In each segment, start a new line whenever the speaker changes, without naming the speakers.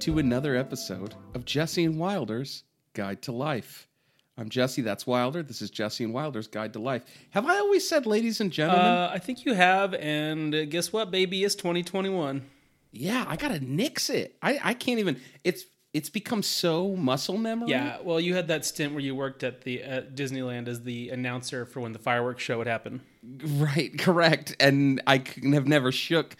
to another episode of Jesse and Wilder's Guide to Life. I'm Jesse, that's Wilder. This is Jesse and Wilder's Guide to Life. Have I always said, ladies and gentlemen?
Uh, I think you have, and uh, guess what, baby? It's 2021.
yeah, I gotta nix it. I, I can't even. It's it's become so muscle memory.
Yeah, well, you had that stint where you worked at the at Disneyland as the announcer for when the fireworks show would happen.
Right, correct. And I can have never shook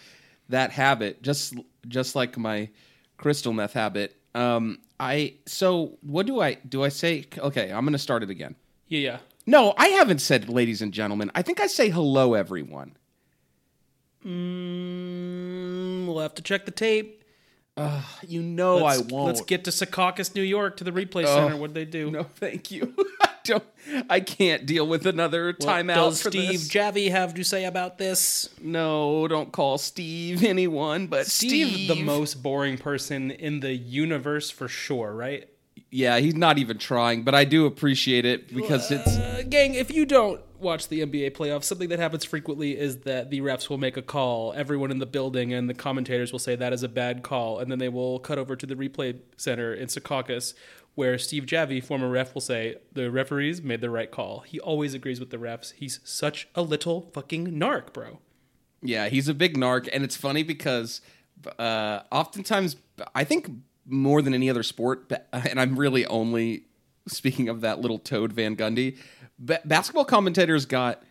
that habit, just just like my crystal meth habit. Um, I so what do I do? I say okay. I'm gonna start it again.
Yeah, yeah.
No, I haven't said, ladies and gentlemen. I think I say hello, everyone.
Mm, we'll have to check the tape.
You know I
Let's,
won't. Oh.
Let's get to Secaucus, New York, to the replay center. What'd they do?
No, thank you. I don't. I can't deal with another
What
timeout
does
for
Steve
this.
Javi have to say about this?
no, don't call Steve anyone. But Steve,
Steve, the most boring person in the universe for sure, right?
Yeah, he's not even trying. But I do appreciate it because it's.
Uh, gang, if you don't watch the NBA playoffs, something that happens frequently is that the refs will make a call. Everyone in the building and the commentators will say that is a bad call, and then they will cut over to the replay center in Secaucus, where Steve Javi, former ref, will say the referees made the right call. He always agrees with the refs. He's such a little fucking narc, bro.
Yeah, he's a big narc, and it's funny because uh, oftentimes I think more than any other sport, ba- and I'm really only speaking of that little toad Van Gundy. Ba- basketball commentators got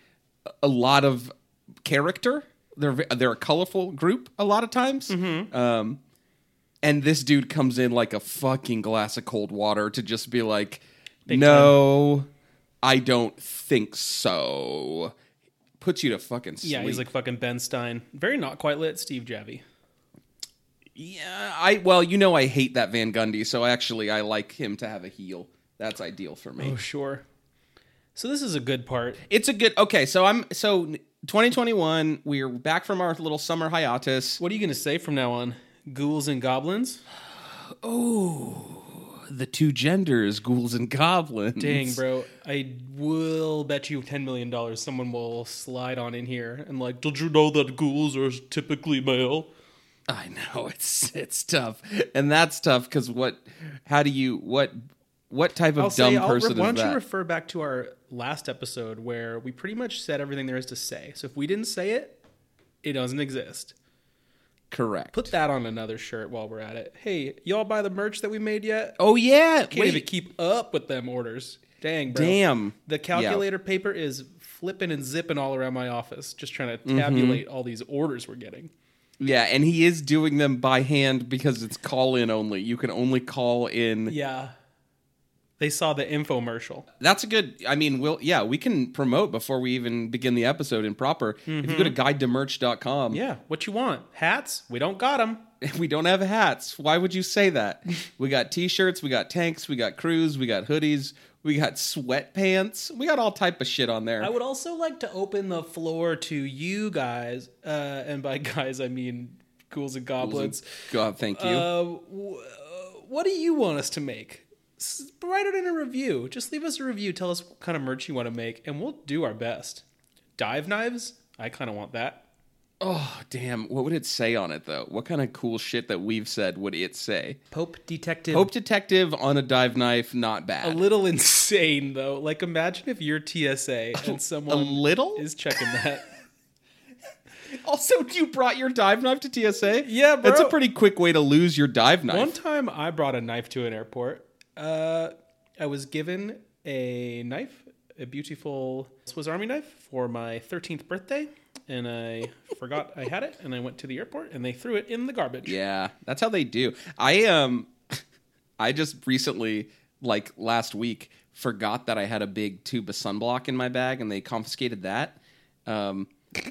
a lot of character. They're ve- they're a colorful group a lot of times.
Mm-hmm.
Um, and this dude comes in like a fucking glass of cold water to just be like, no, I don't think so. Puts you to fucking sleep.
Yeah, he's like fucking Ben Stein. Very not quite lit, Steve Javi.
Yeah, Uh, I well, you know, I hate that Van Gundy, so actually, I like him to have a heel. That's ideal for me.
Oh, sure. So this is a good part.
It's a good. Okay, so I'm so 2021. We're back from our little summer hiatus.
What are you going to say from now on? Ghouls and goblins?
The two genders, ghouls and goblins.
Dang, bro. I will bet you $10 million someone will slide on in here and, like, did you know that ghouls are typically male?
I know it's it's tough, and that's tough because what? How do you what? What type of
I'll
dumb
say, I'll,
person
why
is
don't
that?
you refer back to our last episode where we pretty much said everything there is to say. So if we didn't say it, it doesn't exist.
Correct.
Put that on another shirt while we're at it. Hey, y'all buy the merch that we made yet?
oh yeah.
Can't
wait,
even keep up with them orders. Dang, bro.
damn.
The calculator paper is flipping and zipping all around my office, just trying
Mm-hmm.
to tabulate all these orders we're getting.
Yeah, and he is doing them by hand because it's call in only. You can only call in.
Yeah. They saw the infomercial.
That's a good. I mean, we'll yeah, we can promote before we even begin the episode in proper. If you go to guidetomerch.com,
Mm-hmm. Yeah. What you want? Hats? We don't got them.
we don't have hats. Why would you say that? we got t-shirts, we got tanks, we got crews, we got hoodies, we got sweatpants, we got all type of shit on there.
I would also like to open the floor to you guys. Uh, and by guys, I mean ghouls and goblins.
God, thank you.
Uh, w- uh, what do you want us to make? S- write it in a review. Just leave us a review. Tell us what kind of merch you want to make, and we'll do our best. Dive knives? I kind of want that.
oh, damn. What would it say on it though? What kind of cool shit that we've said would it say?
Pope Detective.
Hope detective on a dive knife, not
a
bad.
little insane though. Like imagine if you're TSA and
A
someone
little?
is checking that.
also, you brought your dive knife to TSA?
Yeah,
That's a
bro.
pretty quick way to lose your dive knife.
One time I brought a knife to an airport. Uh, I was given a knife, a beautiful Swiss Army knife for my 13th birthday, and I forgot I had it, and I went to the airport and they threw it in the garbage.
Yeah, that's how they do. I um, I just recently, like last week, forgot that I had a big tube of sunblock in my bag, and they confiscated that. Um,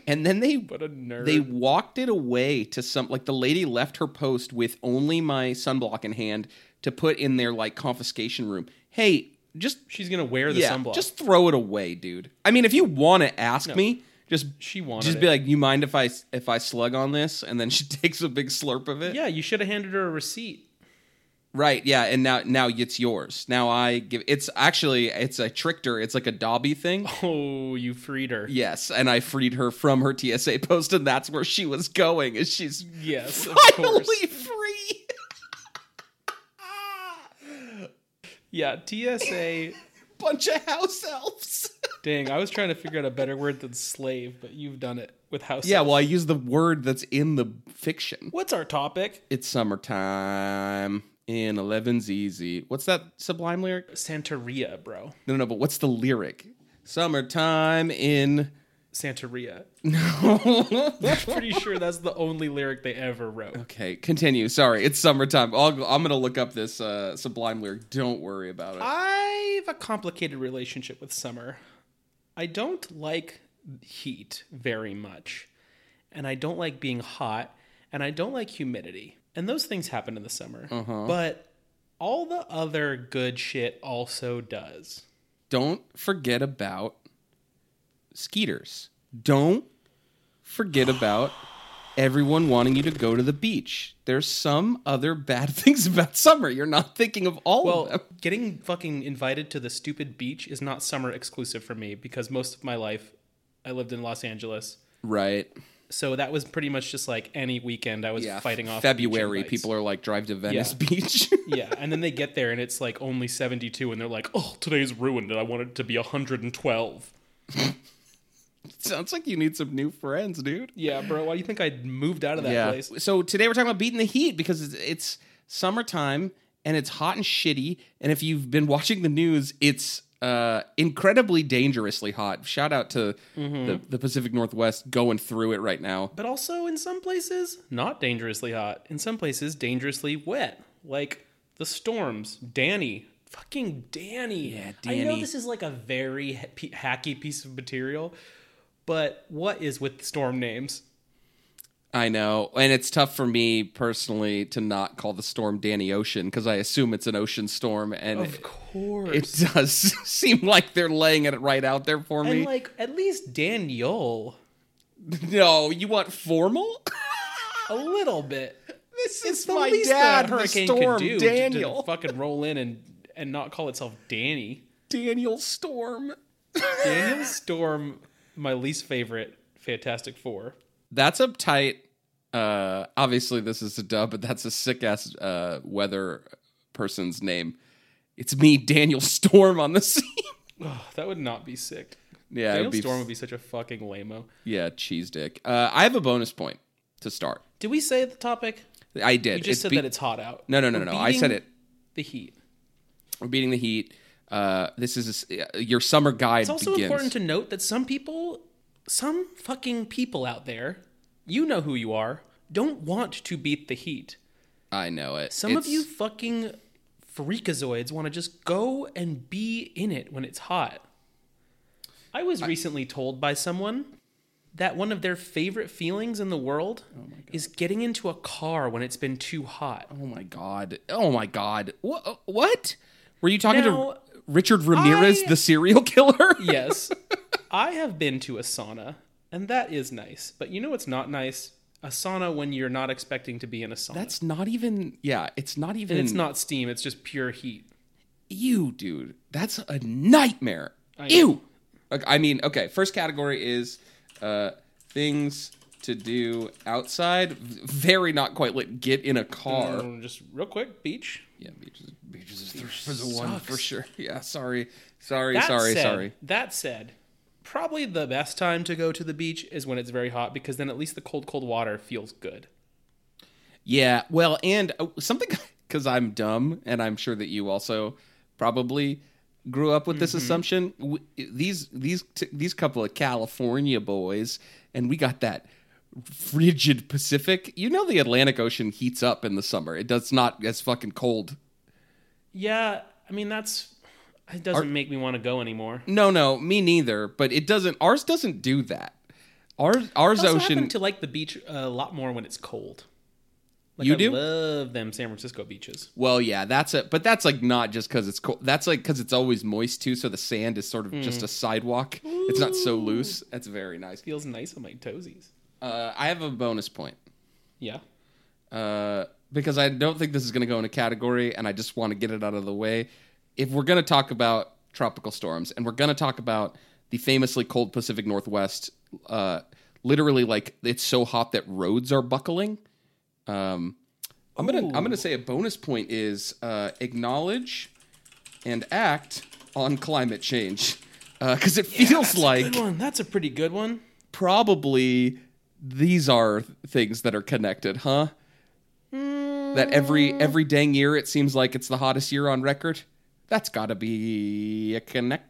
and then they
What a nerd.
they walked it away to some like the lady left her post with only my sunblock in hand to put in their like confiscation room. Hey, just
She's gonna wear the
yeah,
sunblock.
just throw it away, dude. I mean, if you want to ask me, just
she wanted
just
it.
be like, you mind if I if I slug on this? And then she takes a big slurp of it.
yeah, you should have handed her a receipt.
Right, yeah, and now now it's yours. Now I give it's actually it's I tricked her. It's like a Dobby thing.
Oh, you freed her.
Yes, and I freed her from her TSA post, and that's where she was going. Is she's
Yes, of course.
finally free?
Yeah, TSA.
Bunch of house elves.
Dang, I was trying to figure out a better word than slave, but you've done it with house.
yeah,
elf.
well, I use the word that's in the fiction.
What's our topic?
It's summertime in 11's easy. What's that sublime lyric?
Santeria, bro.
No, no, but what's the lyric? Summertime in.
Santeria. Pretty sure that's the only lyric they ever wrote.
Okay, continue. Sorry, it's summertime. I'll, go- I'm gonna look up this uh, sublime lyric. Don't worry about it.
I've a complicated relationship with summer. I don't like heat very much, and I don't like being hot, and I don't like humidity. And those things happen in the summer. But all the other good shit also does.
Don't forget about skeeters. Don't forget about everyone wanting you to go to the beach. There's some other bad things about summer. You're not thinking of all of them.
Well, getting fucking invited to the stupid beach is not summer exclusive for me because most of my life I lived in Los Angeles.
Right.
So that was pretty much just like any weekend I was
Yeah.
fighting off
February.
beach invites.
People are like drive to Venice
Yeah.
Beach.
yeah, and then they get there and it's like only 72 and they're like, "Oh, today's ruined and I want it to be 112."
Sounds like you need some new friends, dude.
Yeah, bro, why do you think I moved out of that place?
So today we're talking about beating the heat because it's, it's summertime and it's hot and shitty. And if you've been watching the news, it's uh, incredibly dangerously hot. Shout out to
Mm-hmm.
the, the Pacific Northwest going through it right now.
But also in some places not dangerously hot, in some places dangerously wet, like the storms, Danny Fucking Danny.
Yeah,
I know
Danny.
this is like a very ha- pe- hacky piece of material, but what is with storm names?
I know. And it's tough for me personally to not call the storm Danny Ocean because I assume it's an ocean storm. And
Of course.
it does seem like they're laying it right out there for me.
and like at least Daniel
no, you want formal?
a little bit.
This is
Oh, the
my
least
dad.
a
the
hurricane
storm,
could do to-
Daniel.
to fucking roll in and and not call itself Danny.
Daniel Storm.
Daniel Storm, my least favorite Fantastic Four.
That's uptight. Uh, obviously, this is a dub, but that's a sick ass uh, weather person's name. It's me, Daniel Storm, on the scene.
Oh, that would not be sick.
yeah,
Daniel
it'd be,
Storm would be such a fucking lameo.
yeah, cheese dick. Uh, I have a bonus point to start.
Did we say the topic?
I did.
You just said that it's hot out.
no, no, no, no. I said it.
The heat.
We're beating the heat. Uh, this is uh, your summer guide.
It's also
begins.
important to note that some people, some fucking people out there, you know who you are, don't want to beat the heat.
I know it.
Some of
It's-
you fucking freakazoids want to just go and be in it when it's hot. I was recently told by someone that one of their favorite feelings in the world is getting into a car when it's been too hot.
Oh my god. Oh my god. Wha- What? Were you talking
Now,
to Richard Ramirez,
I-
the serial killer?
Yes, I have been to a sauna, and that is nice. But you know what's not nice? A sauna when you're not expecting to be in a sauna.
That's not even. Yeah, it's not even.
it's not steam, it's just pure heat.
Ew, dude. That's a nightmare. Ew. Like, I mean, okay. First category is uh, things to do outside. V- Very not quite lit. Get in a car.
Um, just real quick, beach.
Yeah, beaches. Beaches is the, for the one for sure. Yeah. Sorry. Sorry.
That
sorry.
said-
Sorry.
That said, probably the best time to go to the beach is when it's very hot because then at least the cold, cold water feels good.
Yeah, well, and uh, something because I'm dumb, and I'm sure that you also probably grew up with this assumption. W these these t- these couple of California boys, and we got that frigid Pacific. You know, the Atlantic Ocean heats up in the summer. It does not as fucking cold.
Yeah, I mean that's it doesn't make me want to go anymore.
No, no, me neither. But it doesn't. Ours doesn't do that. Ours ours
I also
ocean.
happen to like the beach a lot more when it's cold. Like,
You
I
do?
love them San Francisco beaches.
Well, yeah, that's it. But that's like not just because it's cold. That's like because it's always moist too. So the sand is sort of just a sidewalk. It's not so loose. That's very nice.
Feels nice on my toesies.
Uh, I have a bonus point
Yeah.
uh, because I don't think this is going to go in a category, and I just want to get it out of the way. If we're going to talk about tropical storms, and we're going to talk about the famously cold Pacific Northwest, uh, literally like it's so hot that roads are buckling. Um, I'm gonna I'm gonna say a bonus point is uh, acknowledge and act on climate change. Because it feels like
Good one. That's a pretty good one.
probably these are things that are connected, huh? That every
Hmm.
every dang year it seems like it's the hottest year on record. That's got to be a connection.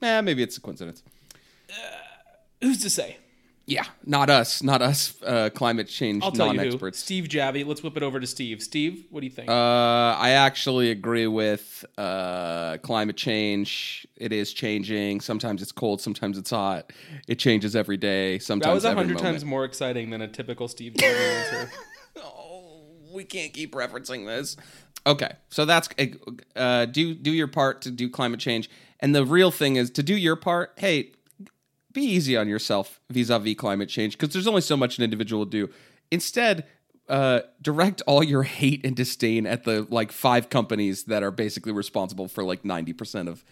Eh, maybe it's a coincidence.
Who's to say?
Yeah, not us, not us, uh, climate change
I'll tell you who.
non-experts.
Steve Javy. Let's whip it over to Steve. Steve, what do you think?
Uh, I actually agree with uh, climate change. It is changing. Sometimes it's cold. Sometimes it's hot. It changes every day. Sometimes
that was a
every
hundred
moment.
times more exciting than a typical Steve Javy answer.
Oh, we can't keep referencing this. Okay, so that's uh, do do your part to do climate change, and the real thing is to do your part. Hey, be easy on yourself vis-a-vis climate change because there's only so much an individual will do. Instead, uh, direct all your hate and disdain at the like five companies that are basically responsible for like ninety percent of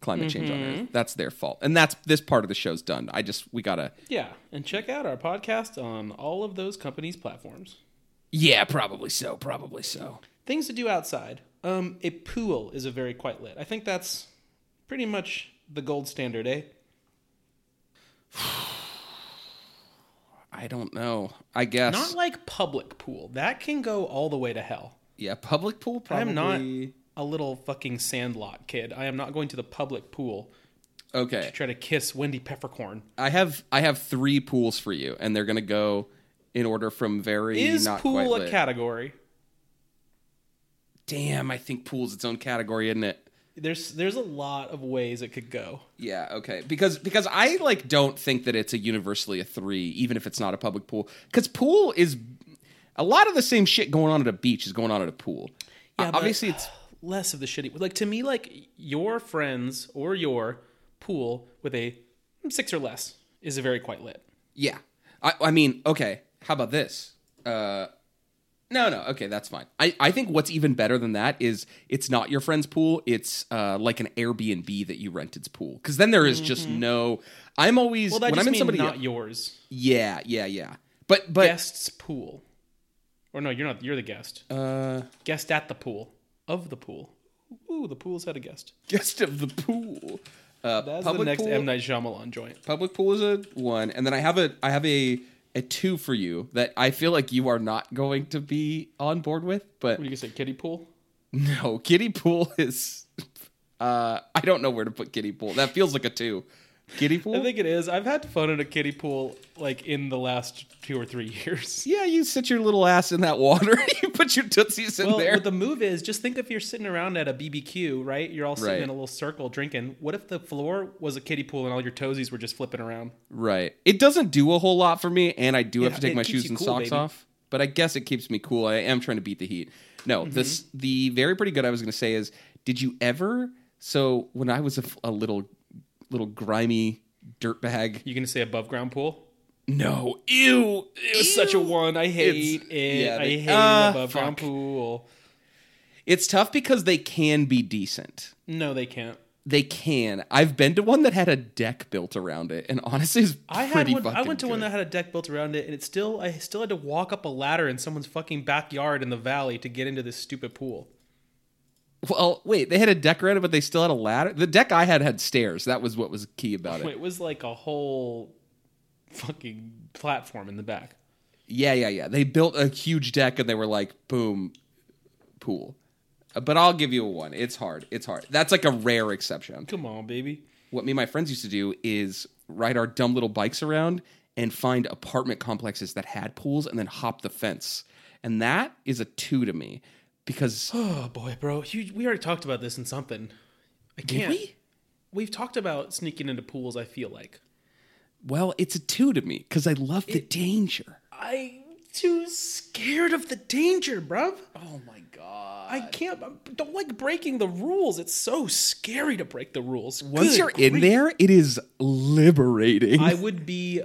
climate change on Earth. That's their fault, and that's this part of the show's done. I just we gotta
yeah, and check out our podcast on all of those companies' platforms.
yeah, probably so, probably so.
Things to do outside. Um, a pool is a very quite lit. I think that's pretty much the gold standard, eh?
I don't know. I guess
Not like public pool. That can go all the way to hell.
Yeah, public pool probably.
I'm not a little fucking sandlot kid. I am not going to the public pool
Okay.
to try to kiss Wendy Peppercorn.
I have I have three pools for you and they're going to go in order from very
Is
not quite
pool a
lit.
category?
Damn, I think pool's its own category, isn't it?
There's there's a lot of ways it could go.
Yeah, okay. Because because I like don't think that it's a universally a 3 even if it's not a public pool cuz pool is a lot of the same shit going on at a beach is going on at a pool.
Yeah,
Uh,
but-
obviously it's
Less of the shitty. Like to me, like your friends or your pool with a six or less is a very quite lit.
Yeah. I, I mean, okay, how about this? Uh, no, no, okay, that's fine. I, I think what's even better than that is it's not your friend's pool, it's uh, like an Airbnb that you rented's pool. Because then there is just no. I'm always.
Mm-hmm. Well, that
when
just
I'm in
means
somebody.
not yours.
yeah, yeah, yeah. But, but.
Guest's pool, or no, you're not. You're the guest.
Uh,
guest at the pool of the pool. Ooh, the pool's had a guest.
guest of the pool. Uh,
That's
public
the next
pool.
M Night Shyamalan joint.
public pool is a one, and then I have a I have a a two for you that I feel like you are not going to be on board with, but
What do you say, kiddie pool?
No, kiddie pool is. Uh, I don't know where to put kiddie pool. That feels like a two. Kiddie pool.
I think it is. I've had fun in a kiddie pool like in the last two or three years.
yeah, you sit your little ass in that water. you put your tootsies in
Well,
there.
what the move is, just think if you're sitting around at a BBQ, right? You're all sitting
Right.
in a little circle drinking. What if the floor was a kiddie pool and all your toesies were just flipping around?
right. It doesn't do a whole lot for me, and I do have
Yeah,
to take
it
my
keeps
shoes
you
and
cool,
socks
baby.
off. But I guess it keeps me cool. I am trying to beat the heat. No,
Mm-hmm.
this the very pretty good. I was going to say is, did you ever? So when I was a, f- a little little grimy dirtbag.
You gonna say above ground pool?
No, ew.
It was such a one. I hate
It's-
it.
yeah,
I
they-
hate
Ah,
above ground
fuck.
pool.
It's tough because they can be decent.
No, they can't.
They can. I've been to one that had a deck built around it, and honestly, it's
I had
pretty
one.
fucking
I went to one
good.
that had a deck built around it, and it still I still had to walk up a ladder in someone's fucking backyard in the valley to get into this stupid pool.
Well, wait, they had a deck around it, but they still had a ladder. The deck I had had stairs. That was what was key about it.
It was like a whole fucking platform in the back.
Yeah, yeah, yeah. They built a huge deck, and they were like, boom, pool. Uh, But I'll give you a one. It's hard. It's hard. That's like a rare exception.
Come on, baby.
What me and my friends used to do is ride our dumb little bikes around and find apartment complexes that had pools, and then hop the fence. And that is a two to me because
Oh boy, bro. You, we already talked about this in something. I can't.
we?
We've talked about sneaking into pools. I feel like
Well, it's a two to me because I love the danger.
I'm too scared of the danger, bruv.
Oh my god!
I can't. I don't like breaking the rules. It's so scary to break the rules.
Once
Good
you're in there, it is liberating.
I would be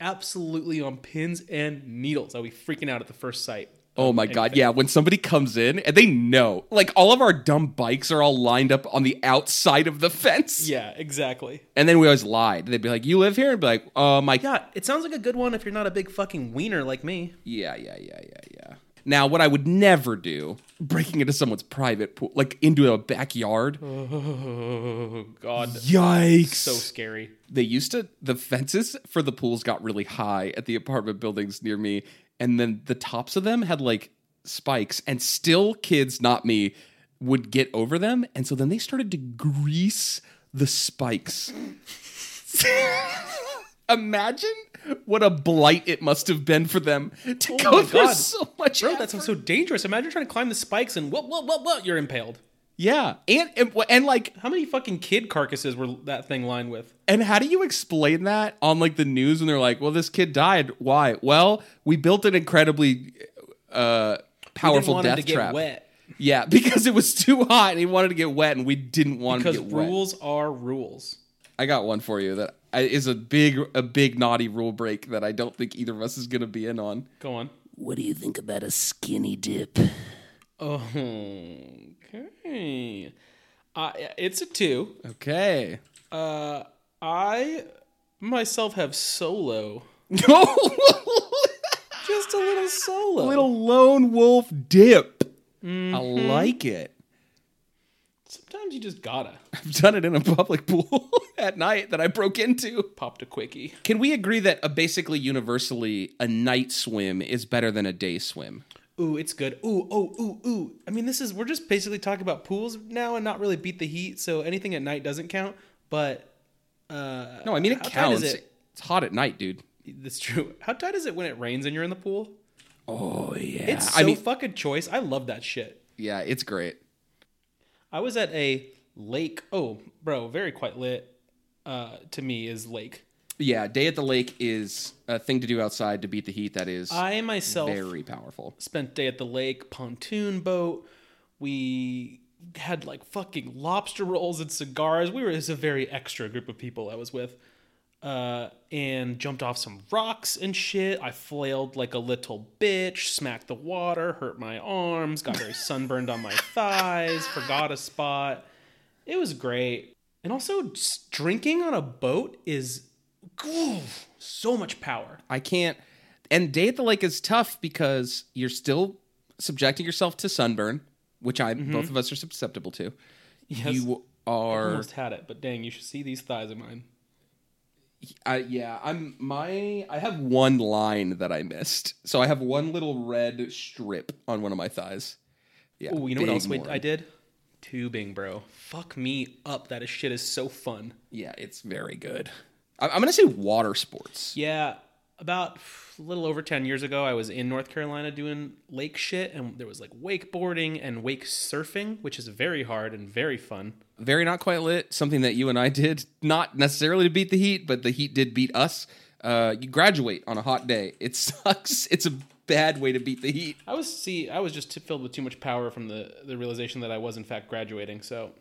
absolutely on pins and needles. I'd be freaking out at the first sight.
oh my god! Yeah, when somebody comes in and they know, like all of our dumb bikes are all lined up on the outside of the fence,
Yeah, exactly.
and then we always lied. They'd be like, "You live here," and be like, "Oh my
Yeah, it sounds like a good one if you're not a big fucking wiener like me.
yeah, yeah, yeah, yeah, yeah." Now, what I would never do, breaking into someone's private pool, like into a backyard.
Oh God,
Yikes.
so scary.
they used to the fences for the pools got really high at the apartment buildings near me and then the tops of them had like spikes and still kids not me would get over them and so then they started to grease the spikes imagine what a blight it must have been for them to
Oh
go
my
through
God.
so much
Bro,
effort.
that sounds so dangerous. Imagine trying to climb the spikes and what, what, what, what? You're impaled.
yeah and, and and like
How many fucking kid carcasses were that thing lined with?
And how do you explain that on like the news when they're like, "Well, this kid died. Why?" Well, we built an incredibly uh, powerful
want him
death
to get
trap.
wet.
Yeah, because it was too hot and he wanted to get wet, and we didn't want
Because
him to get wet.
rules are rules.
I got one for you that I- is a big, a big naughty rule break that I don't think either of us is going to be in on.
Go on.
What do you think about a skinny dip?
Okay. Uh, it's a two.
Okay.
Uh, I myself have solo.
No,
Just a little solo.
little lone wolf dip. I like it.
Sometimes you just gotta.
I've done it in a public pool at night that I broke into.
Popped a quickie.
Can we agree that uh, basically universally a night swim is better than a day swim?
Ooh, it's good. Ooh, oh, ooh, ooh. I mean, this is, we're just basically talking about pools now and not really beat the heat, so anything at night doesn't count, but. Uh,
No, I mean it
How tight is
counts.
it?
It's hot at night, dude.
That's true. How tight is it when it rains and you're in the pool?
Oh yeah.
It's so
I mean
fucking choice. I love that shit.
yeah, it's great.
I was at a lake. Oh, bro, very quite lit. Uh, to me is lake.
Yeah, day at the lake is a thing to do outside to beat the heat that is
I myself
very powerful.
spent day at the lake, pontoon boat. We had like fucking lobster rolls and cigars. We were it was a very extra group of people I was with. Uh, and jumped off some rocks and shit. I flailed like a little bitch, smacked the water, hurt my arms, got very sunburned on my thighs, forgot a spot. It was great. And also, just drinking on a boat is oof, so much power.
I can't and day at the lake is tough because you're still subjecting yourself to sunburn, which I both of us are susceptible to.
Yes.
You are
almost had it, but dang, you should see these thighs of mine.
I, yeah, I'm my. I have one line that I missed, so I have one little red strip on one of my thighs. Yeah.
Oh, you know what
big
else we,
one.
I did? Tubing, bro. Fuck me up. That is- shit is so fun.
Yeah, it's very good. I, I'm gonna say water sports.
Yeah, about a little over 10 years ago, I was in North Carolina doing lake shit, and there was like wakeboarding and wake surfing, which is very hard and very fun.
Very not quite lit. Something that you and I did, not necessarily to beat the heat, but the heat did beat us. Uh, you graduate on a hot day. It sucks. It's a bad way to beat the heat.
I was see, I was just t- filled with too much power from the the realization that I was in fact graduating. So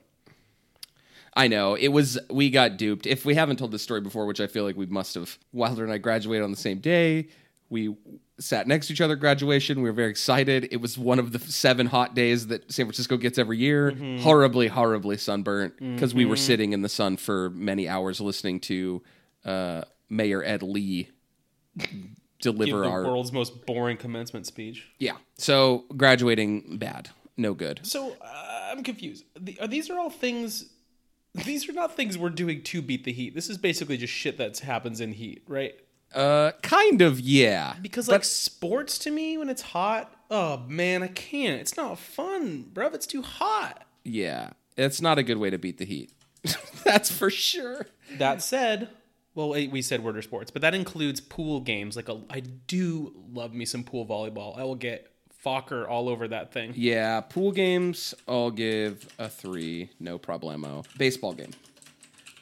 I know. It was we got duped. If we haven't told this story before, which I feel like we must have. Wilder and I graduated on the same day. We sat next to each other at graduation. We were very excited. It was one of the seven hot days that San Francisco gets every year.
Mm-hmm.
Horribly, horribly sunburnt because we were sitting in the sun for many hours listening to uh, Mayor Ed Lee
give
deliver
the
our
world's most boring commencement speech.
yeah. So graduating bad, no good.
So uh, I'm confused. The, are these are all things? These are not things we're doing to beat the heat. This is basically just shit that happens in heat, right?
Uh, kind of yeah.
Because like sports to me, when it's hot, oh man, I can't. It's not fun, bruv. It's too hot.
Yeah, it's not a good way to beat the heat. That's for sure.
That said, well, wait, we said word or sports, but that includes pool games. Like a, I do love me some pool volleyball. I will get Fokker all over that thing.
Yeah, pool games, I'll give a three, no problemo. Baseball game.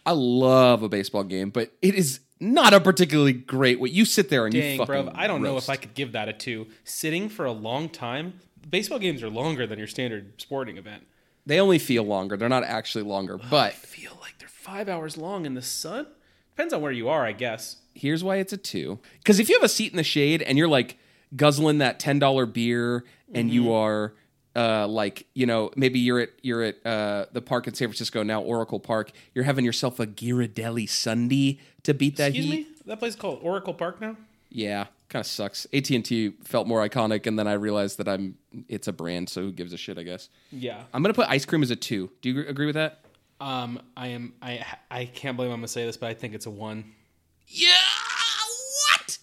I love a baseball game, but it is not a particularly great way. You sit there and
Dang,
you fucking.
bruv, I don't know if
roast.
I could give that a two. Sitting for a long time, baseball games are longer than your standard sporting event.
They only feel longer. They're not actually longer, but
Feel like they're five hours long in the sun? Depends on where you are, I guess.
here's why it's a two. Because if you have a seat in the shade and you're like guzzling that ten dollar beer and you are uh, like you know maybe you're at you're at uh, the park in San Francisco now Oracle Park you're having yourself a Ghirardelli Sunday to beat that
Excuse
heat.
me? That place is called Oracle Park now?
Yeah, kind of sucks. AT and T felt more iconic, and then I realized that I'm it's a brand, so who gives a shit? I guess.
Yeah.
I'm gonna put ice cream as a two. Do you agree with that?
Um, I am. I I can't believe I'm gonna say this, but I think it's a one,
Yeah. What?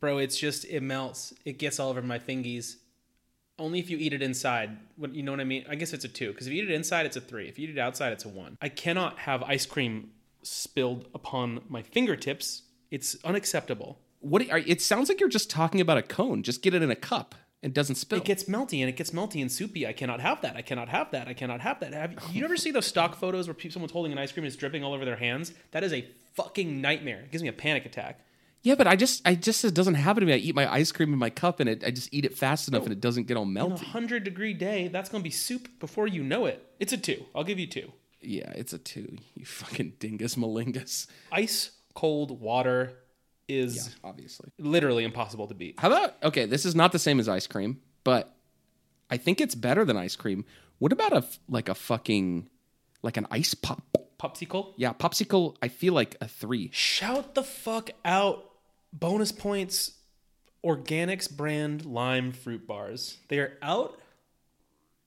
bro. It's just it melts. It gets all over my thingies. Only if you eat it inside. What you know what I mean? I guess it's a two because if you eat it inside, it's a three. If you eat it outside, it's a one. I cannot have ice cream spilled upon my fingertips. It's unacceptable.
What? Are, it sounds like you're just talking about a cone. Just get it in a cup. It doesn't spill.
It gets melty and it gets melty and soupy. I cannot have that. I cannot have that. I cannot have that. Have you ever see those stock photos where pe- someone's holding an ice cream and it's dripping all over their hands? That is a fucking nightmare. It gives me a panic attack.
yeah, but I just, I just, it doesn't happen to me. I eat my ice cream in my cup, and it, I just eat it fast enough, and it doesn't get all
A
melty.
hundred degree day, that's gonna be soup before you know it. It's a two. I'll give you two.
Yeah, it's a two. You fucking dingus malingus.
Ice cold water is
Obviously.
literally impossible to beat.
How about okay? This is not the same as ice cream, but I think it's better than ice cream. What about a f- like a fucking like an ice pop?
Popsicle.
Yeah, popsicle. I feel like a three.
Shout the fuck out! Bonus points. Organics brand lime fruit bars. They are out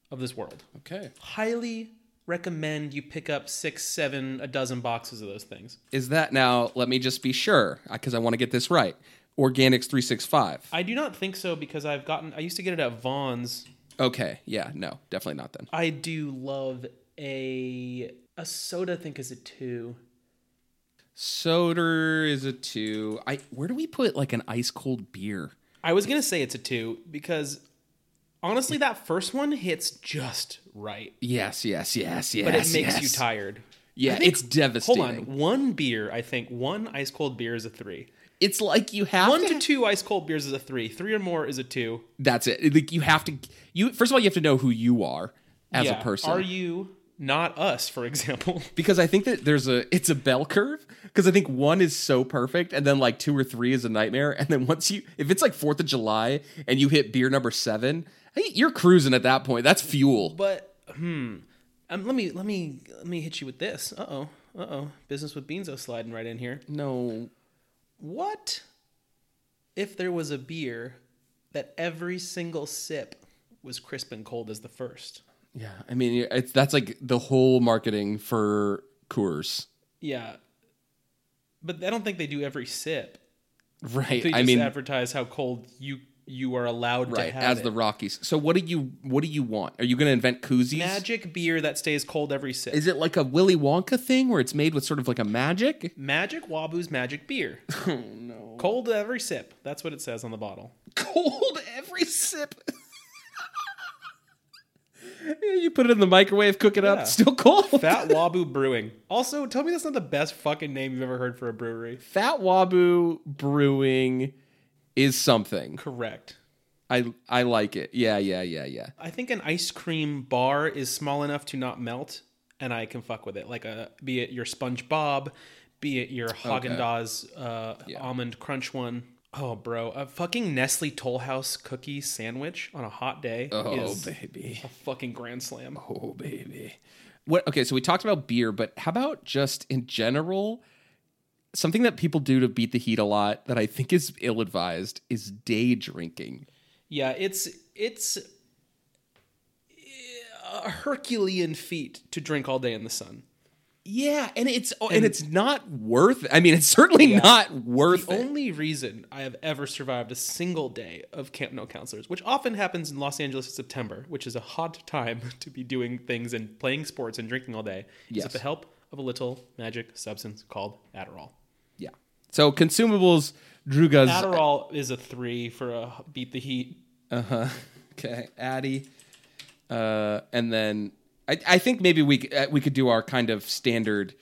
of this world.
Okay.
highly recommend you pick up six, seven, a dozen boxes of those things.
Is that now? Let me just be sure because I want to get this right. Organics three six five.
I do not think so because I've gotten, I used to get it at Vaughn's.
Okay. Yeah. No. Definitely not then.
I do love a, a soda, I think is a two.
Soda is a two. I where do we put like an ice cold beer?
I was going to say it's a two because honestly, that first one hits just right,
Yes. Yes. Yes. Yes.
but it makes
yes.
you tired.
Yeah, it's
Hold
devastating.
on. One beer, I think, one ice cold beer is a three.
It's like you have
One
to
to two ice cold beers is a three. Three or more is a two.
that's it. Like you have to you first of all you have to know who you are as
Yeah.
a person.
Are you not us, for example?
because I think that there's a it's a bell curve because I think one is so perfect and then like two or three is a nightmare and then once you if it's like 4th of July and you hit beer number 7, I think you're cruising at that point. That's fuel.
But hmm, um, let me let me let me hit you with this. Uh oh, uh oh, business with Beanzo sliding right in here.
No.
What if there was a beer that every single sip was crisp and cold as the first?
Yeah. I mean it's that's like the whole marketing for Coors.
Yeah, but I don't think they do every sip.
Right.
They just
I mean
advertise how cold you you are allowed
right
to have
as the
it.
Rockies. So what do you what do you want? Are you going to invent koozies?
magic beer that stays cold every sip.
Is it like a Willy Wonka thing where it's made with sort of like a magic?
magic Wabu's magic beer,
Oh no.
cold every sip. That's what it says on the bottle.
Cold every sip. Yeah, you put it in the microwave, cook it
Yeah.
up, still cold. Fat,
Fat Wabu Brewing. Also, tell me that's not the best fucking name you've ever heard for a brewery.
Wabu Brewing is something.
Correct.
I I like it. Yeah, yeah, yeah, yeah.
I think an ice cream bar is small enough to not melt, and I can fuck with it. Like a be it your SpongeBob, be it your Haagen Dazs uh, almond crunch one. Oh, bro, a fucking Nestle Toll House cookie sandwich on a hot day
Oh
is
baby.
a fucking grand slam.
Oh baby. What okay, so we talked about beer, but how about just in general something that people do to beat the heat a lot that I think is ill-advised is day drinking.
Yeah, it's it's eh, a Herculean feat to drink all day in the sun.
Yeah, and it's oh, and, it's not worth. I mean, it's certainly not worth
The
it.
only reason I have ever survived a single day of Camp No Counselors, which often happens in Los Angeles in September, which is a hot time to be doing things and playing sports and drinking all day, is
Yes.
with the help of a little magic substance called Adderall.
yeah. So consumables, drugas.
Adderall is a three for a beat the heat.
Uh huh. Okay, Addy, uh, and then I, I think maybe we c- uh, we could do our kind of standard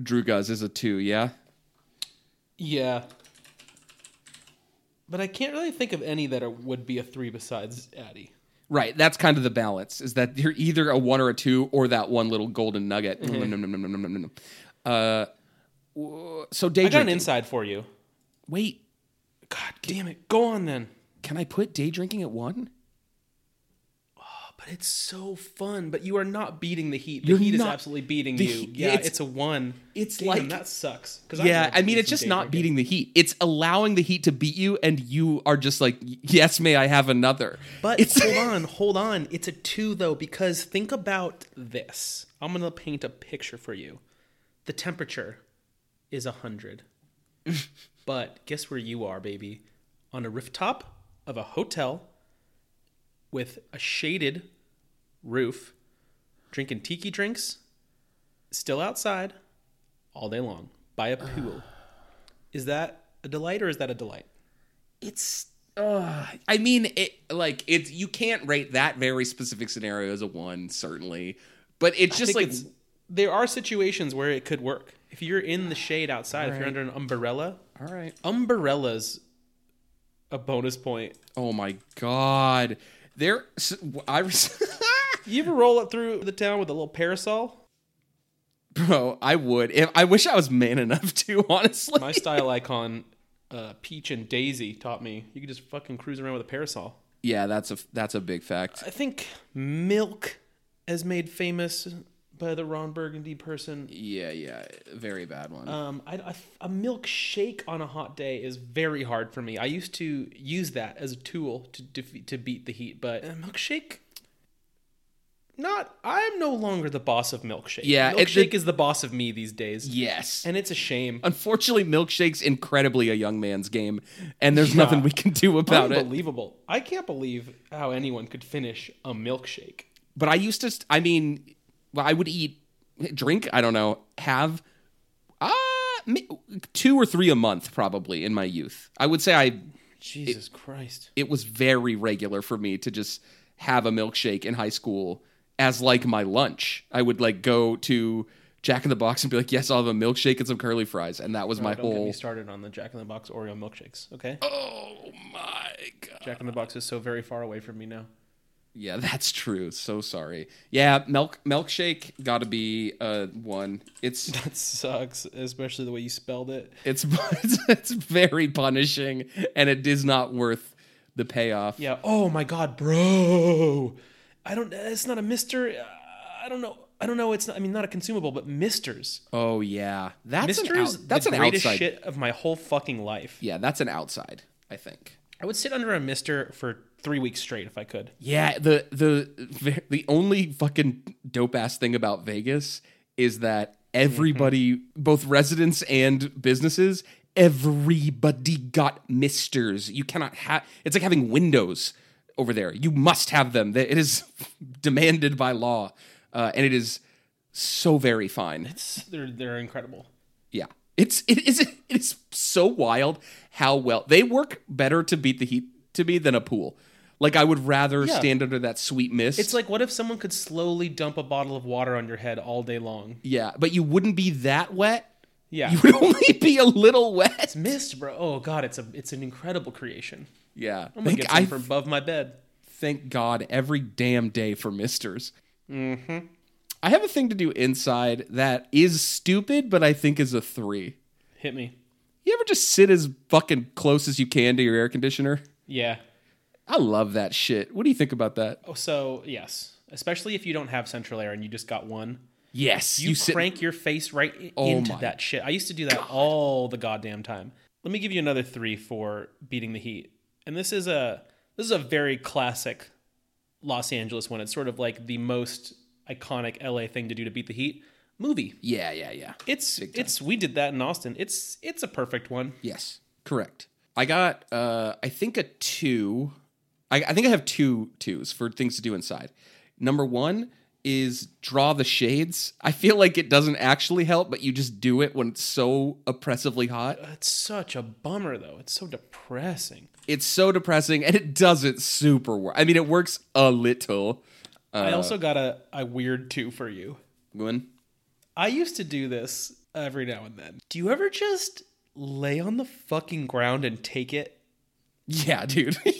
drugas as a two. Yeah.
Yeah. But I can't really think of any that are, would be a three besides Addy.
Right, that's kind of the balance. Is that you're either a one or a two, or that one little golden nugget. Nom,
Mm-hmm.
nom, nom, nom, nom, nom, nom, nom. Uh, w- so day
I got an
drinking.
inside for you.
Wait,
God damn it. Go on then.
can I put day drinking at one?
but it's so fun. But you are not beating the heat. The
You're
heat is
not-
absolutely beating
the
you.
heat-
yeah,
it's-
it's, a one.
it's
Damn,
like-
that sucks. 'Cause
Yeah,
love
I mean,
me
it's
some
just
Dave
not
Ruggin.
beating the heat. It's allowing the heat to beat you, and you are just like, yes, may I have another?
But
it's
hold on, hold on. It's a two though, because think about this. I'm gonna paint a picture for you. The temperature is a hundred. but guess where you are, baby? On a rooftop of a hotel with a shaded roof, drinking tiki drinks, still outside, all day long, by a pool. Is that a delight or is that a delight?
it's. Uh, I mean, it like it's you can't rate that very specific scenario as a one, certainly. But it's just
think
like
it's- there are situations where it could work. If you're in the shade outside, if you're under an umbrella,
all right.
umbrellas a bonus point.
Oh my god, there. s- I was-
You ever roll up through the town with a little parasol?
bro, I would. If I wish I was man enough to, honestly.
My style icon, uh, Peach and Daisy, taught me you could just fucking cruise around with a parasol.
yeah, that's a that's a big fact.
I think milk is made famous by the Ron Burgundy person.
Yeah, yeah, very bad one.
Um, I, I, a milkshake on a hot day is very hard for me. I used to use that as a tool to defeat, to beat the heat, but a milkshake. Not, I'm no longer the boss of milkshake.
Yeah, it-
milkshake is the boss of me these days,
yes.
and it's a shame.
Unfortunately, milkshakes incredibly a young man's game, and there's nothing we can do about it.
Unbelievable! I can't believe how anyone could finish a milkshake.
But I used to, st- I mean, well, I would eat, drink, I don't know, have uh, mi- two or three a month probably in my youth. I would say I
Jesus Christ!
it was very regular for me to just have a milkshake in high school as like my lunch. I would like go to Jack in the Box and be like, "Yes, I'll have a milkshake and some curly fries," and that was my
Don't get me
whole.
started on the Jack in the Box Oreo milkshakes. Okay,
Oh my god!
Jack in the Box is so very far away from me now.
Yeah, that's true. So sorry. Yeah, milk milkshake got to be uh one. It's
That sucks, especially the way you spelled it.
it's it's, it's very punishing, and it is not worth the payoff.
Yeah. Oh my God, bro. I don't. It's not a Mister. uh, I don't know. I don't know. It's not. I mean, not a consumable, but Misters.
Oh yeah, that's an
Misters.
out, that's
the
an
greatest
outside.
shit of my whole fucking life.
Yeah, that's an outside. I think.
I would sit under a Mister for three weeks straight if I could.
Yeah, the the the only fucking dope ass thing about Vegas is that everybody,
Mm-hmm.
both residents and businesses, everybody got misters. You cannot have. It's like having windows over there. You must have them. That- It is demanded by law, uh, and it is so very fine.
It's- They're they're incredible.
Yeah. It's it is it is so wild how well they work better to beat the heat to me than a pool. Like I would rather
Yeah.
stand under that sweet mist.
It's like what if someone could slowly dump a bottle of water on your head all day long?
Yeah, but you wouldn't be that wet.
Yeah.
You would only be a little wet.
Mist, bro. Oh God, it's a it's an incredible creation.
Yeah.
I'm gonna
Thank,
get some
I
from above my bed.
thank God every damn day for misters. Mm-hmm. I have a thing to do inside that is stupid, but I think is a three.
Hit me.
You ever just sit as fucking close as you can to your air conditioner?
Yeah.
I love that shit. What do you think about that?
Oh, so yes, especially if you don't have central air and you just got one,
Yes.
you, crank your face right i- into
my
that shit. I used to do that all the goddamn time. Let me give you another three for beating the heat, and this is a this is a very classic Los Angeles one. It's sort of like the most iconic LA thing to do to beat the heat. Movie.
Yeah, yeah, yeah.
It's it's we did that in Austin. It's it's a perfect one.
Yes, correct. I got, uh, I think a two. I, I think I have two twos for things to do inside. Number one is draw the shades. I feel like it doesn't actually help, but you just do it when it's so oppressively hot.
That's such a bummer though. It's so depressing.
It's so depressing, and it doesn't super work. I mean, it works a little.
I also got a, a weird two for you.
Gwen?
I used to do this every now and then. Do you ever just lay on the fucking ground and take it?
Yeah, dude. yeah,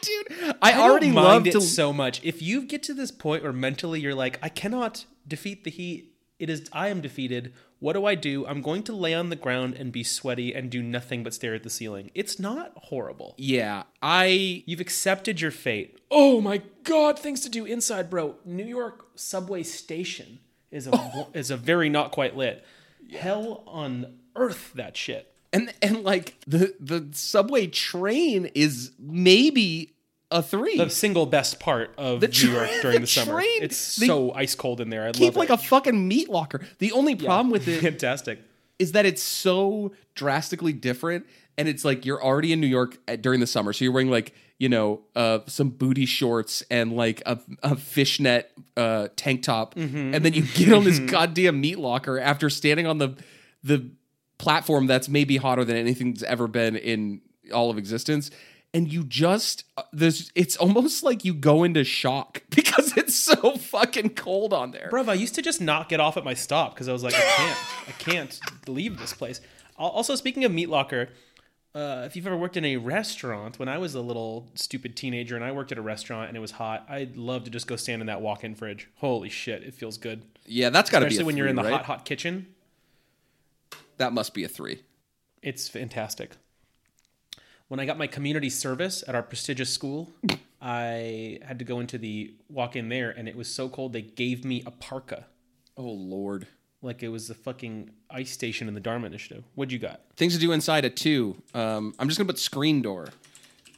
dude. I,
don't
already
mind
love
it
to.
so much. If you get to this point where mentally you're like, I cannot defeat the heat It is I am defeated. What do I do? I'm going to lay on the ground and be sweaty and do nothing but stare at the ceiling. It's not horrible.
Yeah, I
You've accepted your fate. Oh my god, things to do inside, bro. New York subway station is a is a very not quite lit. Hell on earth that shit.
and and like the the subway train is maybe a three.
The single best part of New York
train-
during the,
the
summer.
train-
It's
they
so ice cold in there. I
Keep
love
like
it.
a fucking meat locker. The only problem with it
fantastic.
is that it's so drastically different and it's like you're already in new york at, during the summer so you're wearing like you know uh, some booty shorts and like a, a fishnet uh, tank top
Mm-hmm.
and then you get on this goddamn meat locker after standing on the the platform that's maybe hotter than anything's ever been in all of existence and you just uh, there's it's almost like you go into shock because it's so fucking cold on there
Bruv, I used to just not get off at my stop because I was like, I can't, I can't leave this place. Al- Also, speaking of Meat Locker, uh, if you've ever worked in a restaurant, when I was a little stupid teenager and I worked at a restaurant and it was hot, I'd love to just go stand in that walk-in fridge. Holy shit, it feels good,
yeah that's got to be
especially
a
when
three,
you're in the
right?
hot, hot kitchen.
that must be a three
It's fantastic. When I got my community service at our prestigious school, I had to go into the walk-in there, and it was so cold they gave me a parka.
oh lord
like it was the fucking ice station in the Dharma Initiative. What'd you got?
Things to do inside a two. Um, I'm just gonna put screen door.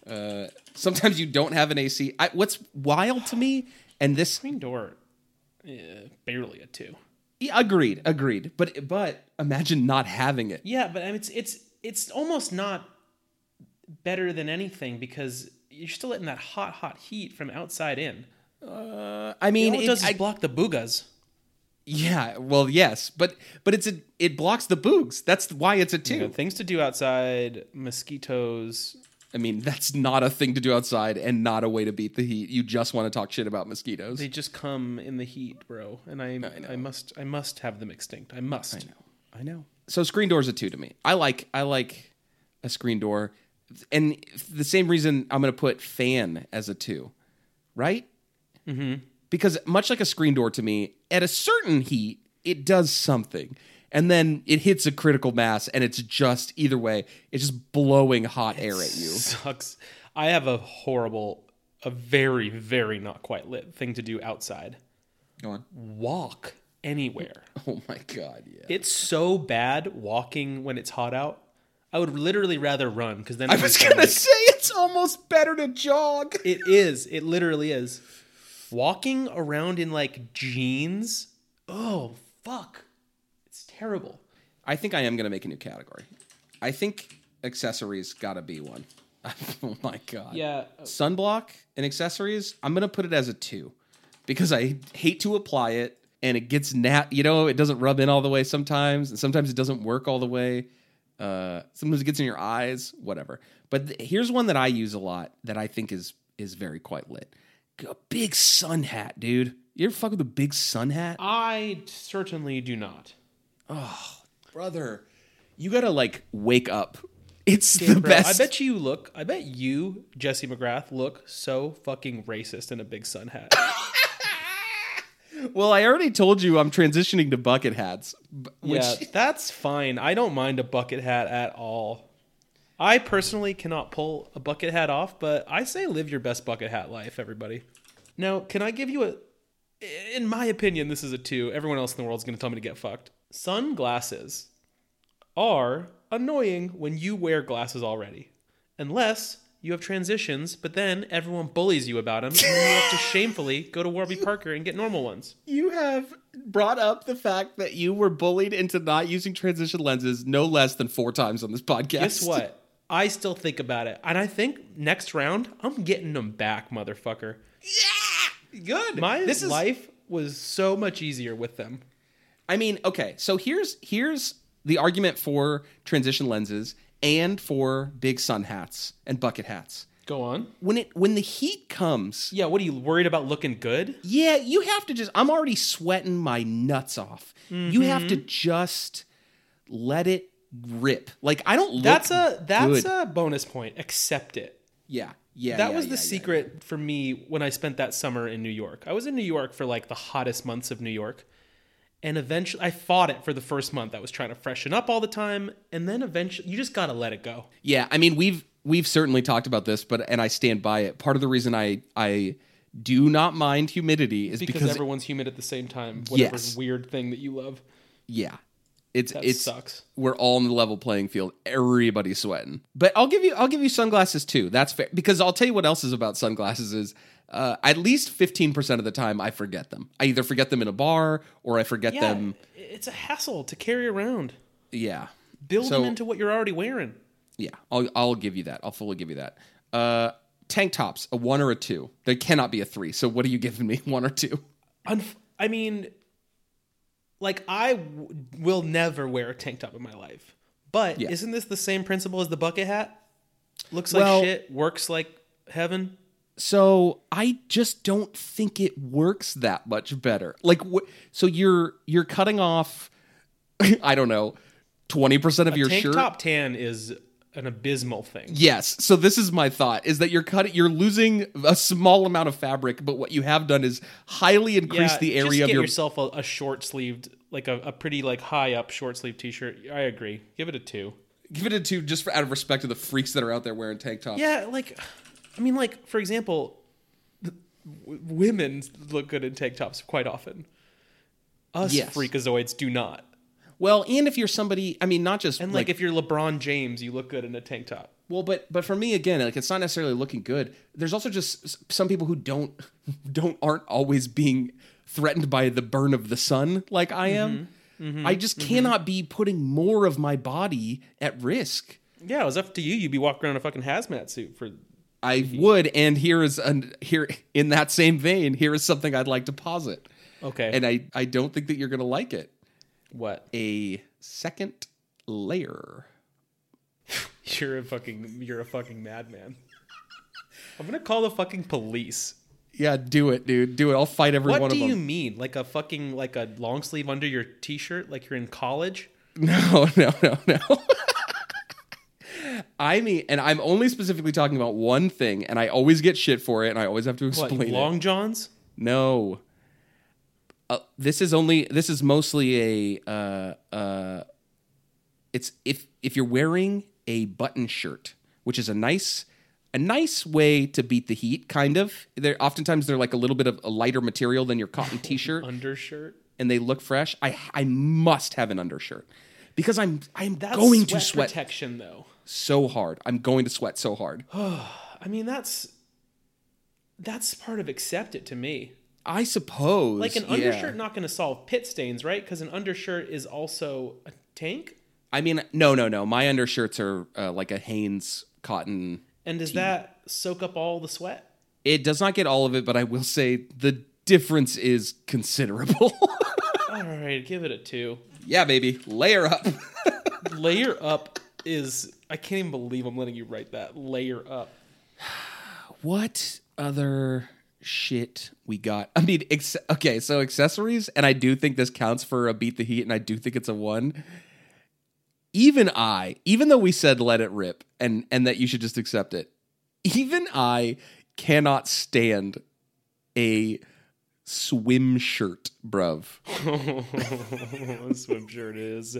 Uh, sometimes you don't have an AC. I, what's wild to me, and this
Green door, eh, barely a two.
yeah, agreed, agreed. But but imagine not having it.
Yeah, but I mean, it's it's it's almost not better than anything because you're still letting that hot, hot heat from outside in.
Uh, I mean,
All it
it-
does is
I-
block the boogas.
yeah, well, yes, but but it's a, it blocks the boogs. That's why it's a two.
You know, things to do outside, mosquitoes.
I mean, that's not a thing to do outside, and not a way to beat the heat. You just want to talk shit about mosquitoes.
They just come in the heat, bro. And I, I, must, I must have them extinct. I must. I know. I know.
so screen door's a two to me. I like I like a screen door, and f- the same reason I'm going to put fan as a two, right? Mm-hmm. Because much like a screen door to me, at a certain heat, it does something, and then it hits a critical mass, and it's just either way, it's just blowing hot air at you.
Sucks. I have a horrible, a very, very not quite lit thing to do outside.
Go on.
Walk anywhere.
Oh my god, yeah.
It's so bad walking when it's hot out. I would literally rather run because then
I was gonna say it's almost better to jog.
It is. It literally is. Walking around in like jeans. Oh fuck! It's terrible.
I think I am going to make a new category. I think accessories got to be one. oh my god.
Yeah.
Sunblock and accessories, I'm going to put it as a 2 because I hate to apply it and it gets nat, you know, it doesn't rub in all the way sometimes and sometimes it doesn't work all the way. Uh, sometimes it gets in your eyes, whatever. But th- here's one that I use a lot that I think is is very quite lit. A big sun hat, dude. You ever fuck with a big sun hat?
I certainly do not.
brother, you gotta like wake up. It's the
Bro,
best.
I bet you look. I bet you, Jesse McGrath, look so fucking racist in a big sun hat.
well, I already told you I'm transitioning to bucket hats. b- Which,
yeah, that's fine. I don't mind a bucket hat at all. I personally cannot pull a bucket hat off, but I say live your best bucket hat life, everybody. Now, can I give you a? In my opinion, this is a two. Everyone else in the world is going to tell me to get fucked. Sunglasses are annoying when you wear glasses already, unless you have transitions. But then everyone bullies you about them, and then you have to shamefully go to Warby Parker and get normal ones.
You have brought up the fact that you were bullied into not using transition lenses no less than four times on this podcast.
Guess what? I still think about it. And I think next round, I'm getting them back, motherfucker.
Yeah! Good.
My
this is
life was so much easier with them.
I mean, okay, so here's here's the argument for transition lenses and for big sun hats and bucket hats.
Go on.
When it when the heat comes,
Yeah, what are you worried about looking good?
Yeah, you have to just. I'm already sweating my nuts off. You have
Mm-hmm.
to just let it rip. Like I don't. Look
That's a that's
good.
a bonus point. Accept it.
yeah yeah.
That
yeah,
was the
yeah, yeah.
secret for me when I spent that summer in New York. I was in New York for like the hottest months of New York. And eventually, I fought it for the first month. I was trying to freshen up all the time, and then eventually, you just gotta let it go.
Yeah, I mean we've we've certainly talked about this, but and I stand by it. Part of the reason I I do not mind humidity is
because,
because,
everyone's humid at the same time. Whatever
Yes.
weird thing that you love,
yeah, it's
that
it's
sucks.
we're all on the level playing field. Everybody's sweating. But I'll give you I'll give you sunglasses too. That's fair because I'll tell you what else is about sunglasses is uh, at least fifteen percent of the time I forget them. I either forget them in a bar or I forget
Yeah,
them.
it's a hassle to carry around.
Yeah,
Build
So-
them into what you're already wearing.
yeah. I'll I'll give you that. I'll fully give you that. Uh, tank tops, a one or a two. They cannot be a three. So what are you giving me? One or two?
Unf- I mean, like I w- will never wear a tank top in my life. But
Yeah.
isn't this the same principle as the bucket hat? Looks like
Well-
shit, works like heaven.
So I just don't think it works that much better. Like, wh- so you're you're cutting off, I don't know, twenty percent of your
tank
shirt.
top tan is an abysmal thing.
Yes. So this is my thought: is that you're cutting, you're losing a small amount of fabric, but what you have done is highly increase the
just
area of
get
your.
yourself a, a short sleeved, like a, a pretty like high up short sleeve t shirt. I agree. Give it a two.
Give it a two, just for, out of respect to the freaks that are out there wearing tank tops.
Yeah, like, I mean, like for example, w- women look good in tank tops quite often. Us
Yes.
freakazoids do not.
Well, and if you're somebody, I mean, not just
And like, if you're LeBron James, you look good in a tank top.
Well, but but for me again, like it's not necessarily looking good. There's also just s- some people who don't don't aren't always being threatened by the burn of the sun like I am. I just cannot be putting more of my body at risk.
Yeah, it was up to you. You'd be walking around in a fucking hazmat suit for.
I would, and here is an here in that same vein. Here is something I'd like to posit,
Okay.
and I I don't think that you're gonna like it.
what?
A second layer.
You're a fucking. You're a fucking madman. I'm gonna call the fucking police.
Yeah, do it, dude. Do it. I'll fight every
What
one
do
of them.
you mean? Like a fucking like a long sleeve under your t-shirt, like you're in college?
No, no, no, no. I mean, and I'm only specifically talking about one thing, and I always get shit for it, and I always have to
What,
explain it.
long johns?
No, uh, this is only this is mostly a uh, uh, it's if if you're wearing a button shirt, which is a nice a nice way to beat the heat, kind of. They're oftentimes they're like a little bit of a lighter material than your cotton t-shirt,
Undershirt?
and they look fresh. I I must have an undershirt because I'm I'm going to sweat
protection though.
so hard. I'm going to sweat so hard.
I mean that's that's part of accept it to me.
I suppose
Like an
yeah.
undershirt not going to solve pit stains, right? Cuz an undershirt is also a tank.
I mean, no, no, no. My undershirts are uh, like a Hanes cotton.
And does that soak up all the sweat?
It does not get all of it, but I will say the difference is considerable.
All right, give it a 2.
yeah, baby, layer up.
Layer up is I can't even believe I'm letting you write that. Layer up.
what other shit we got? I mean, ex- okay, so accessories, and I do think this counts for a beat the heat, and I do think it's a one. Even I, even though we said let it rip and and that you should just accept it, even I cannot stand a swim shirt, bruv.
swim shirt is.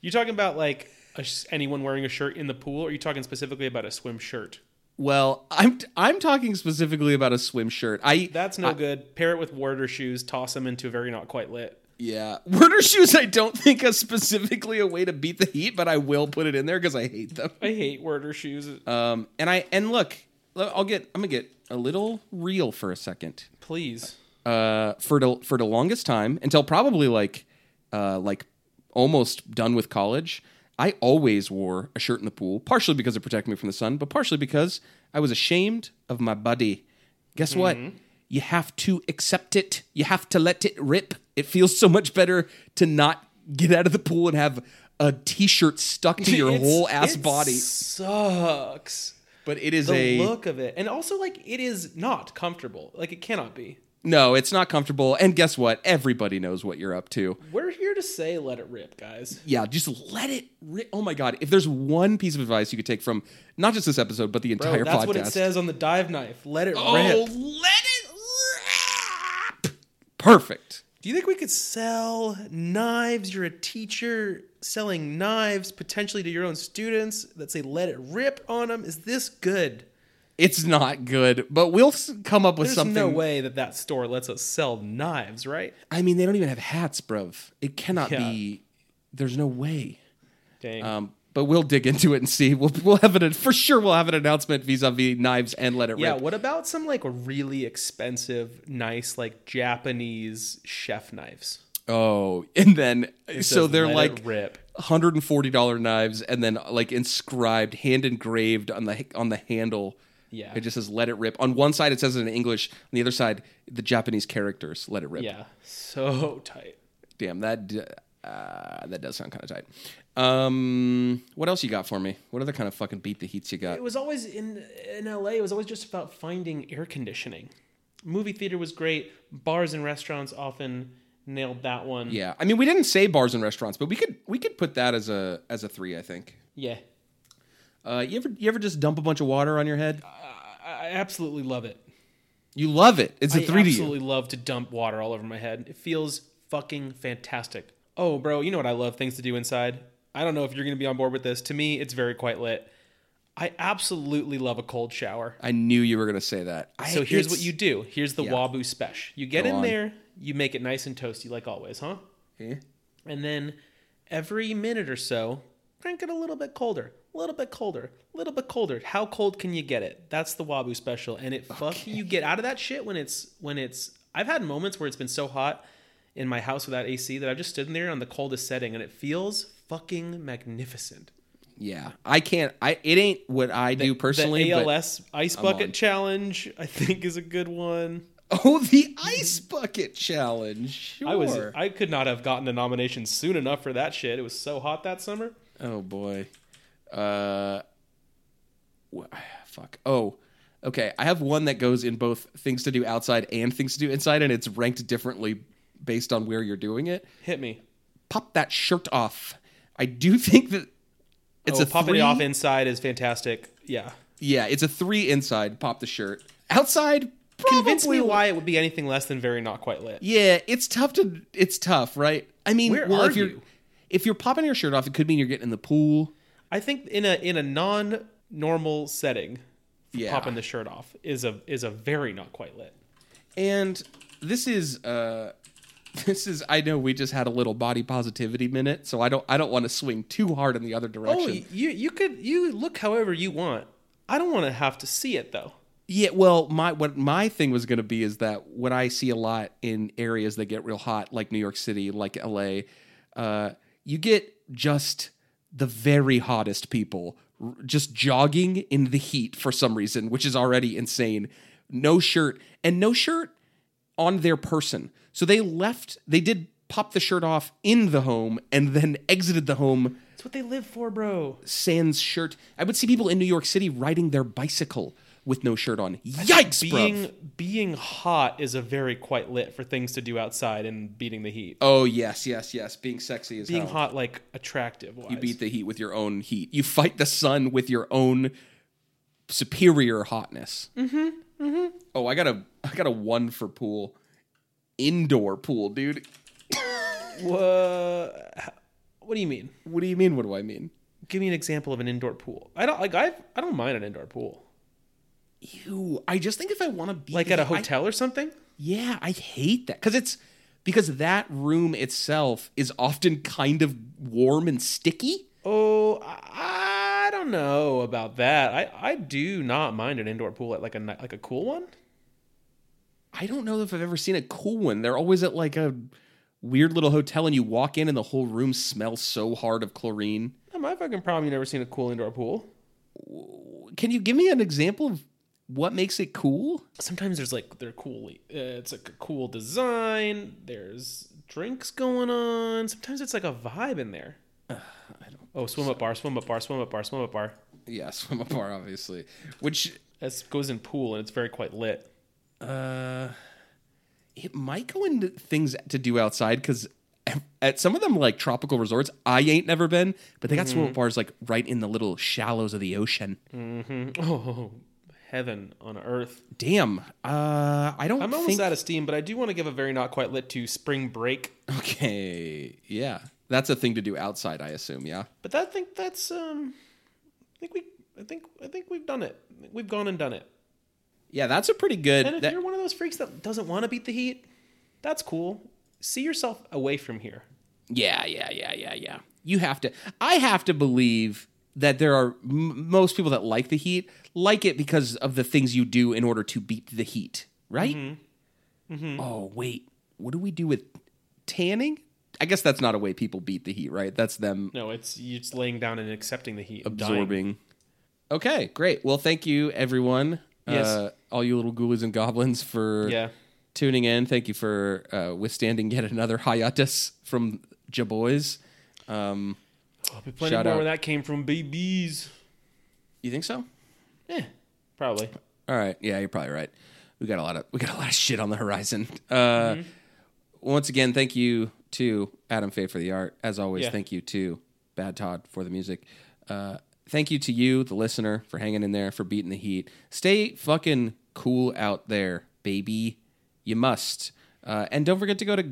You talking about like a, sh- anyone wearing a shirt in the pool? Or are you talking specifically about a swim shirt?
Well, I'm I'm talking specifically about a swim shirt. I
That's no good. Pair it with warder shoes. Toss them into a very not quite lit.
Yeah. Werner shoes, I don't think are specifically a way to beat the heat, but I will put it in there because I hate them.
I hate warder shoes.
Um, and I and look, I'll get I'm gonna get a little real for a second.
Please.
Uh, for the for the longest time until probably like uh like almost done with college. I always wore a shirt in the pool, partially because it protected me from the sun, but partially because I was ashamed of my body. Guess what?
Mm-hmm.
You have to accept it. You have to let it rip. It feels so much better to not get out of the pool and have a t-shirt stuck to your
It's-
whole ass
it
body.
Sucks.
But it is
The
a
look of it, and also like it is not comfortable. Like it cannot be.
no, it's not comfortable. And guess what? Everybody knows what you're up to.
We're here to say, let it rip, guys.
yeah, just let it. Ri- oh my god! If there's one piece of advice you could take from not just this episode but the
Bro,
entire
that's
podcast,
what it says on the dive knife. Let it
oh,
rip.
let it rip. Perfect.
Do you think we could sell knives? You're a teacher selling knives potentially to your own students that say "Let it rip" on them. Is this good?
It's not good, but we'll s- come up with
There's
something.
no way that that store lets us sell knives, right?
I mean, they don't even have hats, bruv. It cannot
Yeah.
be. There's no way.
Dang.
Um, but we'll dig into it and see. We'll we'll have an for sure. We'll have an announcement vis-a-vis knives and let it
yeah.
rip.
What about some like really expensive, nice like Japanese chef knives?
Oh, and then so
Says,
they're
"Let it
like
rip.
hundred and forty dollar knives, and then like inscribed, hand engraved on the on the handle.
Yeah.
it just says "Let It Rip." On one side, it says it in English. On the other side, the Japanese characters "Let It Rip."
Yeah. So tight.
Damn that d- uh, that does sound kind of tight. Um, what else you got for me? What other kind of fucking beat the heats you got?
It was always in in LA. It was always just about finding air conditioning. Movie theater was great. Bars and restaurants often nailed that one.
Yeah, I mean, we didn't say bars and restaurants, but we could we could put that as a as a three. I think.
Yeah.
Uh, you ever you ever just dump a bunch of water on your head?
I I absolutely love it.
You love it. It's a
I
three to you.
absolutely love to dump water all over my head. It feels fucking fantastic. Oh, bro, you know what I love things to do inside. I don't know if you're going to be on board with this. To me, it's very quite lit. I absolutely love a cold shower.
I knew you were gonna say that. I-
So here's what
it's-
you do. Here's the
Yeah.
Wabu special. You get
Go
in
on.
there, you make it nice and toasty like always, huh?
Eh?
And then every minute or so, crank it a little bit colder, a little bit colder, a little bit colder. How cold can you get it? That's the Wabu special. And it fuck you get out of that shit when it's when it's I've had moments where it's been so hot in my house without AC that I've just stood in there on the coldest setting and it feels fucking magnificent.
Yeah, I can't. I it ain't what I do personally.
the
but-
ALS ice
on.
bucket challenge, I think, is a good one.
oh, the ice bucket challenge. Sure.
I was I could not have gotten a nomination soon enough for that shit. It was so hot that summer.
oh boy. Uh. wha- Fuck. Oh. Okay, I have one that goes in both things to do outside and things to do inside, and it's ranked differently based on where you're doing it.
Hit me.
Pop that shirt off. I do think that it's
oh,
a
popping
three,
it off inside is fantastic. Yeah.
Yeah, it's a three inside. Pop the shirt outside. Probably
Convince me why it would be anything less than very not quite lit.
Yeah, it's tough to. It's tough, right? I mean,
Where
well,
are
if you're
you?
if you're popping your shirt off, it could mean you're getting in the pool.
I think in a in a non normal setting,
Yeah.
popping the shirt off is a is a very not quite lit.
And this is uh, this is. I know we just had a little body positivity minute, so I don't. I don't want to swing too hard in the other
Oh,
direction.
you you could you look however you want. I don't want to have to see it though.
Yeah, well, my what my thing was going to be is that what I see a lot in areas that get real hot, like New York City, like LA, uh, you get just the very hottest people r- just jogging in the heat for some reason, which is already insane. No shirt and no shirt on their person. So they left. They did pop the shirt off in the home and then exited the home
It's what they live for, bro.
sans shirt. I would see people in New York City riding their bicycle with no shirt on. Yikes,
being
bruv.
being hot is a very quite lit for things to do outside and beating the heat.
Oh yes, yes, yes. Being sexy is
being
hell.
hot like attractive wise.
You beat the heat with your own heat. You fight the sun with your own superior hotness. Mm-hmm. Mm-hmm. Oh, I got a I got a one for pool. Indoor pool, dude.
Wha- what do you mean?
What do you mean? What do I mean?
Give me an example of an indoor pool. I don't like I I don't mind an indoor pool.
Ew. I just think if I want to be
Like at a hotel or something?
Yeah, I hate that because it's because that room itself is often kind of warm and sticky.
Oh, I, I don't know about that. I I do not mind an indoor pool at like a ni- like a cool one.
I don't know if I've ever seen a cool one. They're always at like a weird little hotel, and you walk in, and the whole room smells so hard of chlorine.
Not my fucking problem. You never seen a cool indoor pool.
Can you give me an example of what makes it cool?
Sometimes there's like they're cool. Uh, it's like a cool design. There's drinks going on. Sometimes it's like a vibe in there. oh, swim up bar, swim up bar, swim up bar, swim up bar.
Yeah, swim up bar, obviously. Which
That goes in pool and it's very quite lit.
it might go into things to do outside because at some of them like tropical resorts i ain't never been
Mm-hmm. Mm.
but they got swim up bars like right in the little shallows of the ocean
Oh, heaven on earth.
Damn. Uh, I don't
I'm almost
think.
out of steam, but I do want to give a very not quite lit to spring break.
Okay. Yeah. That's a thing to do outside, I assume. Yeah.
But that, I think that's um, I think we, I think, I think we've done it. We've gone and done it.
Yeah, that's a pretty good.
And if
that-
you're one of those freaks that doesn't want to beat the heat, that's cool. See yourself away from here.
Yeah, yeah, yeah, yeah, yeah. You have to. I have to believe that there are m- most people that like the heat like it because of the things you do in order to beat the heat, right?
Mm-hmm.
Oh wait, what do we do with tanning? I guess that's not a way people beat the heat, right? That's them
No, it's you just laying down and accepting the heat, and dying.
absorbing. Okay, great. Well, thank you everyone.
Yes.
Uh, all you little ghoulies and goblins for
Yeah.
tuning in. Thank you for uh, withstanding yet another hiatus from Jaboys. Um,
I'll be plenty
Shout
more
out.
where that came from, babies.
You think so?
Eh, probably.
All right. Yeah, you're probably right. We got a lot of we got a lot of shit on the horizon. Uh, Once again, thank you to Adam Faye for the art. As always,
Yeah.
thank you to Bad Todd for the music. Uh, thank you to you, the listener, for hanging in there, for beating the heat. Stay fucking cool out there, baby. You must. Uh, and don't forget to go to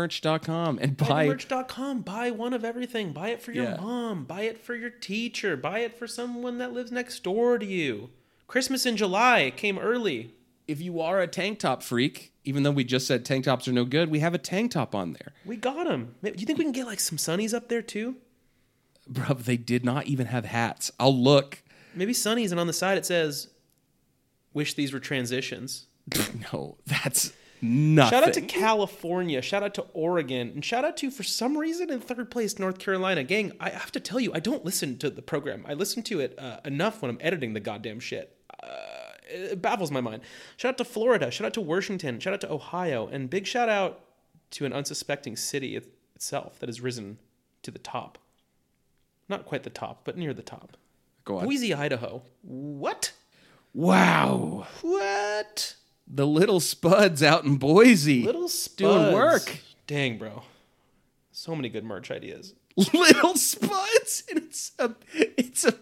guidedemerch.com and buy
Merch.com. Buy one of everything. Buy it for your
Yeah.
mom. Buy it for your teacher. Buy it for someone that lives next door to you. Christmas in July it came early.
if you are a tank top freak, even though we just said tank tops are no good, we have a tank top on there.
We got him. Do you think we can get like some sunnies up there too?
Bruv, they did not even have hats. I'll look.
Maybe sunnies, and on the side it says, "Wish these were transitions."
No, that's nothing.
Shout out to California. Shout out to Oregon. And shout out to, for some reason, in third place, North Carolina. Gang, I have to tell you, I don't listen to the program. I listen to it uh, enough when I'm editing the goddamn shit. Uh, it baffles my mind. Shout out to Florida. Shout out to Washington. Shout out to Ohio. And big shout out to an unsuspecting city it- itself that has risen to the top. Not quite the top, but near the top.
Go on.
Boise, Idaho. What?
wow,
What?
the little spuds out in Boise,
Little
doing
Spuds.
work.
Dang, bro. So many good merch ideas.
little spuds, and it's a, it's a,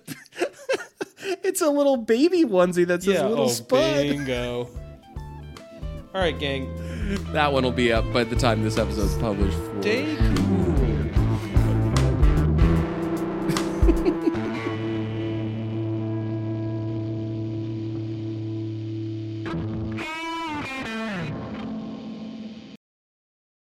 it's a little baby onesie that says
Oh,
little spud.
bingo. All right, gang.
That one will be up by the time this episode's published. For
Stay cool.